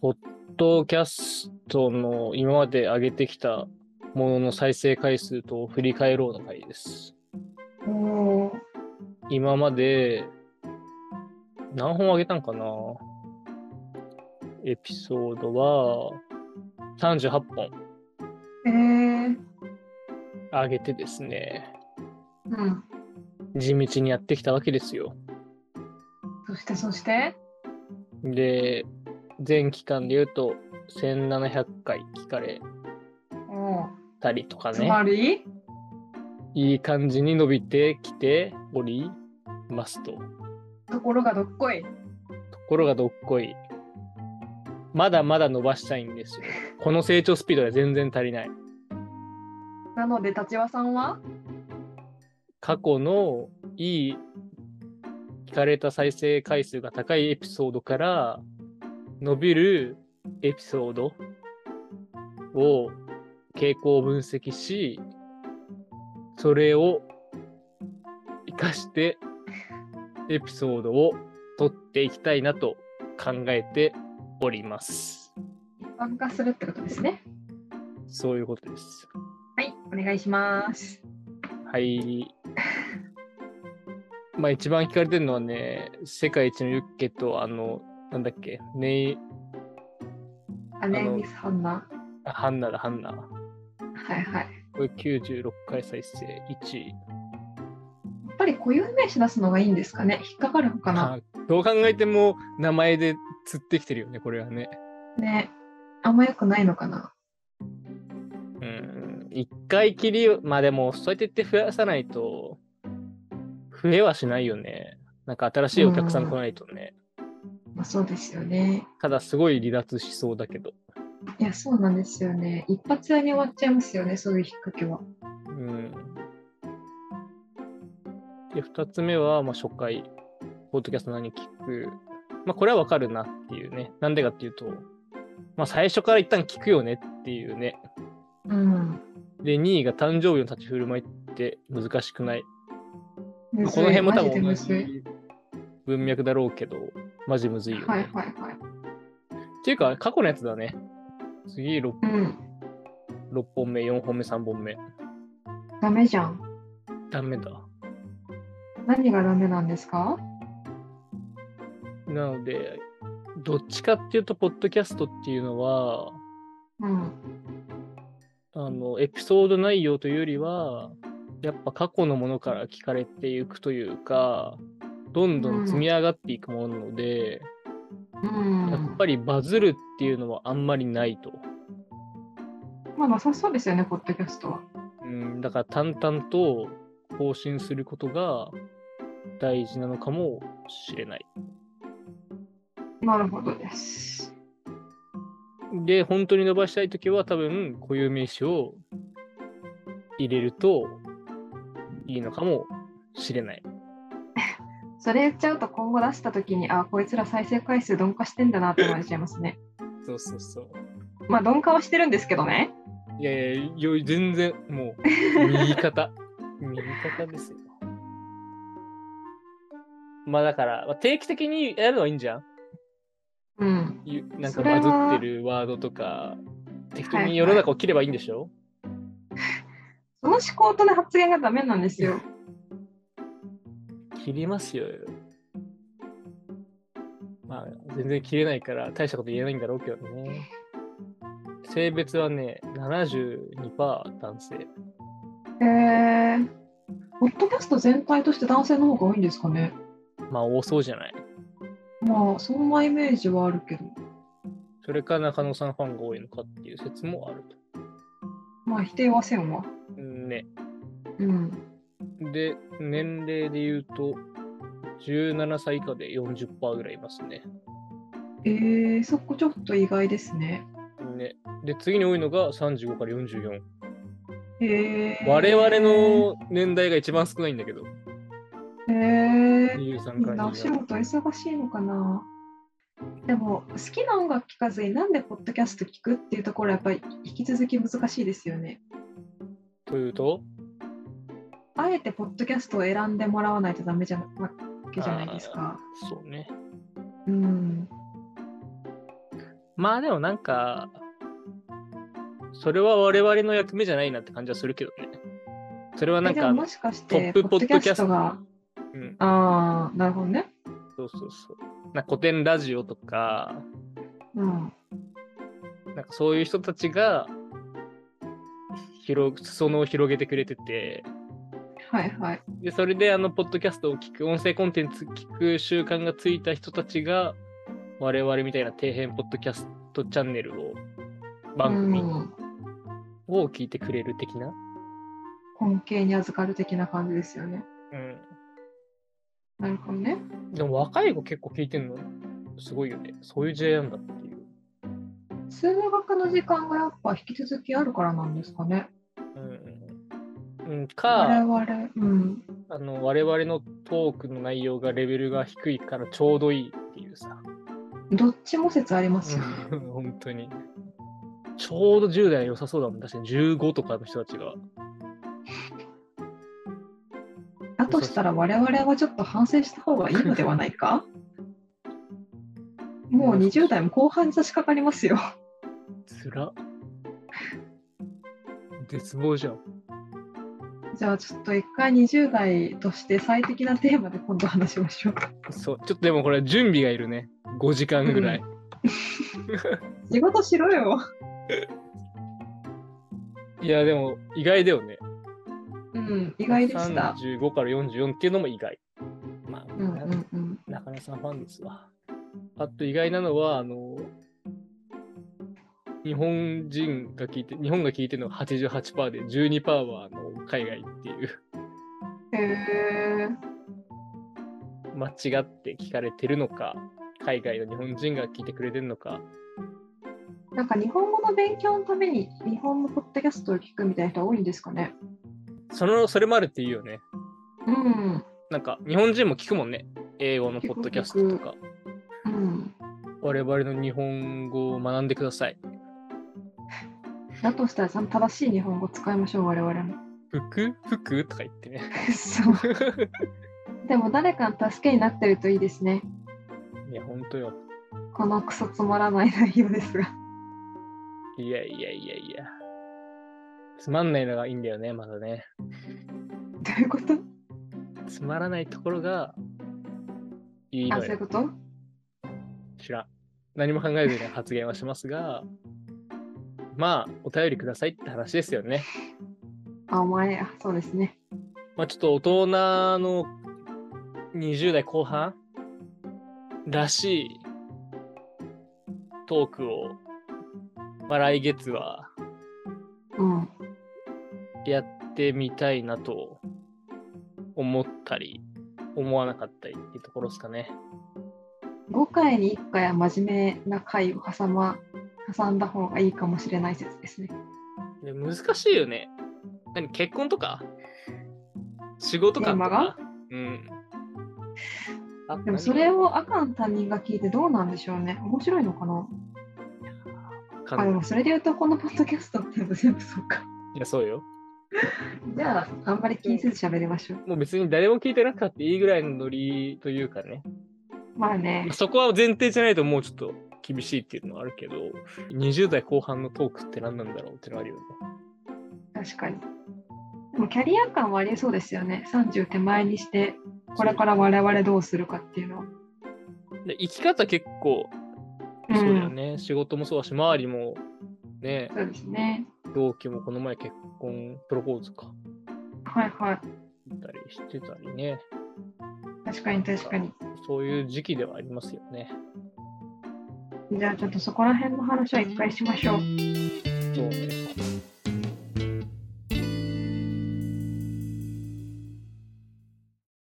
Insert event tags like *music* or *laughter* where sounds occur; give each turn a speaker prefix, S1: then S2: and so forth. S1: ポッドキャストの今まで上げてきたものの再生回数と振り返ろうの回です。
S2: おー
S1: 今まで何本上げたんかなエピソードは38本
S2: えー、
S1: 上げてですね、
S2: うん。
S1: 地道にやってきたわけですよ。
S2: そしてそして
S1: で、全期間で言うと1700回聞かれ
S2: おー
S1: たりとか
S2: つ
S1: ね。
S2: まり、
S1: いい感じに伸びてきておりますと。と
S2: ところがどっこい。
S1: ころがどっこい。まだまだ伸ばしたいんですよ。この成長スピードでは全然足りない。
S2: なので、立場さんは
S1: 過去のいい聞かれた再生回数が高いエピソードから伸びるエピソードを傾向を分析しそれを活かしてエピソードを取っていきたいなと考えております。
S2: 一般化するってことですね。
S1: そういうことです。
S2: はい、お願いします。 *laughs*
S1: はい。まあ一番聞かれてるのはね、世界一のユッケと、あの、なんだっけ、ネイ、
S2: アネミスハンナ。
S1: あハンナだ、ハンナ。
S2: はいはい。
S1: これ96回再生1位。
S2: やっぱり固有名詞出すのがいいんですかね。引っかかるのかな。
S1: あどう考えても名前で釣ってきてるよね、これはね。
S2: ね。あんま良くないのかな。
S1: うん。一回きりを、まあでも、そうやって言って増やさないと、増えはしないよね。なんか新しいお客さん来ないとね。
S2: まあ、そうですよね。
S1: ただ、すごい離脱しそうだけど。
S2: いや、そうなんですよね。一発屋に終わっちゃいますよね、そういう引っ掛けは。
S1: うん。で、2つ目は、まあ、初回、ポッドキャスト何聞く。まあ、これはわかるなっていうね。なんでかっていうと、まあ、最初から一旦聞くよねっていうね。
S2: うん。
S1: で、2位が誕生日の立ち振る舞いって難しくない。
S2: こ
S1: まあこの辺も多分同
S2: むずい。
S1: じ文脈だろうけど、マジむずいよね。
S2: はい
S1: っ
S2: はいはい。
S1: ていうか、過去のやつだね。次 6,
S2: うん。
S1: 6本目、4本目、3本目。
S2: ダメじゃん。
S1: ダメだ。
S2: 何がダメなんですか
S1: なので、どっちかっていうと、ポッドキャストっていうのは、
S2: うん。
S1: あの、エピソード内容というよりは、やっぱ過去のものから聞かれていくというか、どんどん積み上がっていくものなので、
S2: うん。
S1: やっぱりバズるっていうのはあんまりないと。
S2: まあなさそうですよね、ポッドキャストは。
S1: うん、だから淡々と更新することが大事なのかもしれない。
S2: なるほどです。
S1: で、本当に伸ばしたいときは多分固有名詞を入れるといいのかもしれない。
S2: それ言っちゃうと今後出した時に、あ、こいつら再生回数鈍化してんだなって思われちゃいますね。
S1: そうそうそう。
S2: まあ鈍化はしてるんですけどね。
S1: いやいや、よ全然もう右肩。 *laughs* 右肩ですよ。まあだから、まあ定期的にやるのはいいんじゃん
S2: うん。
S1: ゆなんか
S2: それ
S1: バ
S2: は
S1: ズってるワードとか、適当に世の中を切ればいいんでしょ、
S2: その思考とね、発言がダメなんですよ。
S1: 切りますよ。まあ、全然切れないから、大したこと言えないんだろうけどね。性別はね、72%男性。
S2: へえー。ポッドキャスト全体として男性の方が多いんですかね。
S1: まあ、多そうじゃない。
S2: まあ、そんなイメージはあるけど。
S1: それか中野さんファンが多いのかっていう説もあると。
S2: まあ、否定はせんわ。
S1: うんね。
S2: うん。
S1: で、年齢で言うと、17歳以下で40%ぐらいいますね。
S2: えー、そこちょっと意外ですね。
S1: ね。で、次に多いのが35から44。
S2: へえー。
S1: 我々の年代が一番少ないんだけど、
S2: へえー。
S1: 23
S2: みん
S1: 回
S2: なお仕事忙しいのかなでも好きな音楽聴かずになんでポッドキャスト聴くっていうところはやっぱり引き続き難しいですよね。
S1: というと、
S2: あえてポッドキャストを選んでもらわないとダメじゃなわけじゃないですか。
S1: そうね。
S2: うん。
S1: まあでもなんか、それは我々の役目じゃないなって感じはするけどね。それはなん
S2: えでも
S1: か、
S2: もしかして、
S1: トップ
S2: ポ
S1: ポ
S2: ッ
S1: ッ
S2: ド
S1: ド
S2: キ
S1: キ
S2: ャ
S1: ャ
S2: ス
S1: ス
S2: ト
S1: ト
S2: が、
S1: うん、
S2: ああ、なるほどね。
S1: そうそうそう。なんか古典ラジオとか、
S2: うん。
S1: なんかそういう人たちが、広裾野を広げてくれてて、
S2: はいはい。
S1: で、それであの、ポッドキャストを聞く、音声コンテンツ聞く習慣がついた人たちが、我々みたいな底辺ポッドキャストチャンネルを、番組
S2: うん
S1: を聞いてくれる的な。
S2: 根茎に預かる的な感じですよね。
S1: うん。
S2: なるほどね。
S1: でも若い子結構聞いてんの、すごいよね。そういう時代なんだっていう。
S2: 数学の時間がやっぱ引き続きあるからなんですかね。
S1: うん。うん、
S2: 我
S1: か、
S2: 々、うん。
S1: あの、我々のトークの内容がレベルが低いからちょうどいいっていうさ。
S2: どっちも説ありますよね。
S1: *laughs* 本当に。ちょうど10代は良さそうだもん。確かに15とかの人たちが。
S2: だとしたら我々はちょっと反省した方がいいのではないかもう20代も後半に差し掛かりますよ。 *laughs*
S1: つら。絶望じゃん。
S2: じゃあちょっと一回20代として最適なテーマで今度話しましょう。
S1: そう。ちょっとでもこれ準備がいるね。5時間ぐらい。
S2: 仕事しろよ。
S1: いや、でも意外だよね。
S2: うん、意外でした。
S1: 35から44っていうのも意外。まあ、
S2: うんうんうん。
S1: 中根さんファンですわ。あと意外なのは、あの、日本人が聞いて、日本が聞いてるのが88%で、12%はあの海外っていう、
S2: へえ。
S1: 間違って聞かれてるのか、海外の日本人が聞いてくれてるのか、
S2: なんか日本語の勉強のために日本のポッドキャストを聞くみたいな人多いんですかね。
S1: その、それもあるっていうよね。
S2: うん。
S1: なんか、日本人も聞くもんね。英語のポッドキャストとか。
S2: うん。
S1: 我々の日本語を学んでください。
S2: だとしたらちゃんと正しい日本語使いましょう、我々も。
S1: 服服とか言ってね。
S2: *laughs*
S1: *laughs*
S2: そう。でも誰かの助けになってるといいですね。
S1: いや、ほんとよ。
S2: このクソつまらない内容ですが。 *laughs*
S1: いやいやいやいや。つまんないのがいいんだよね、まだね。
S2: どういうこと
S1: つまらないところがいい
S2: あ、
S1: の
S2: そういう
S1: よ。
S2: こと
S1: 知らん。何も考えずに発言はしますが、まあ、お便りくださいって話ですよね。
S2: あ、お前、あそうですね。
S1: まあ、ちょっと大人の20代後半らしいトークを、まあ、来月は
S2: うん。
S1: やってみたいなと思ったり、思わなかったりっていうところですかね。
S2: 5回に1回は真面目な回を挟,、ま、挟んだ方がいいかもしれない説ですね。
S1: で難しいよね。何結婚とか仕事
S2: テー
S1: 観と
S2: マ
S1: か
S2: が
S1: うん。あ
S2: でもそれを赤の他人が聞いてどうなんでしょうね。面白いのかな
S1: 何か
S2: あ、でもそれで言うとこのポッドキャストって全部そうか。
S1: いや、そうよ。
S2: じゃあ、あんまり気にせず喋りましょう。
S1: もう別に誰も聞いてなかったいいぐらいのノリというかね。
S2: まあね、
S1: そこは前提じゃないともうちょっと厳しいっていうのはあるけど、20代後半のトークって何なんだろうってのはあるよね。
S2: 確かに。でもキャリア感はありそうですよね。30手前にして、これから我々どうするかっていうのは。
S1: で生き方結構そうだよね。仕事もそうだし、周りもね
S2: う、ん、そうですね。
S1: 同期もこの前結婚、プロポーズか、
S2: はいはい。
S1: したりしてたりね。
S2: 確かに確かに。
S1: そういう時期ではありますよね。
S2: じゃあちょっとそこら辺の話は一回しましょう。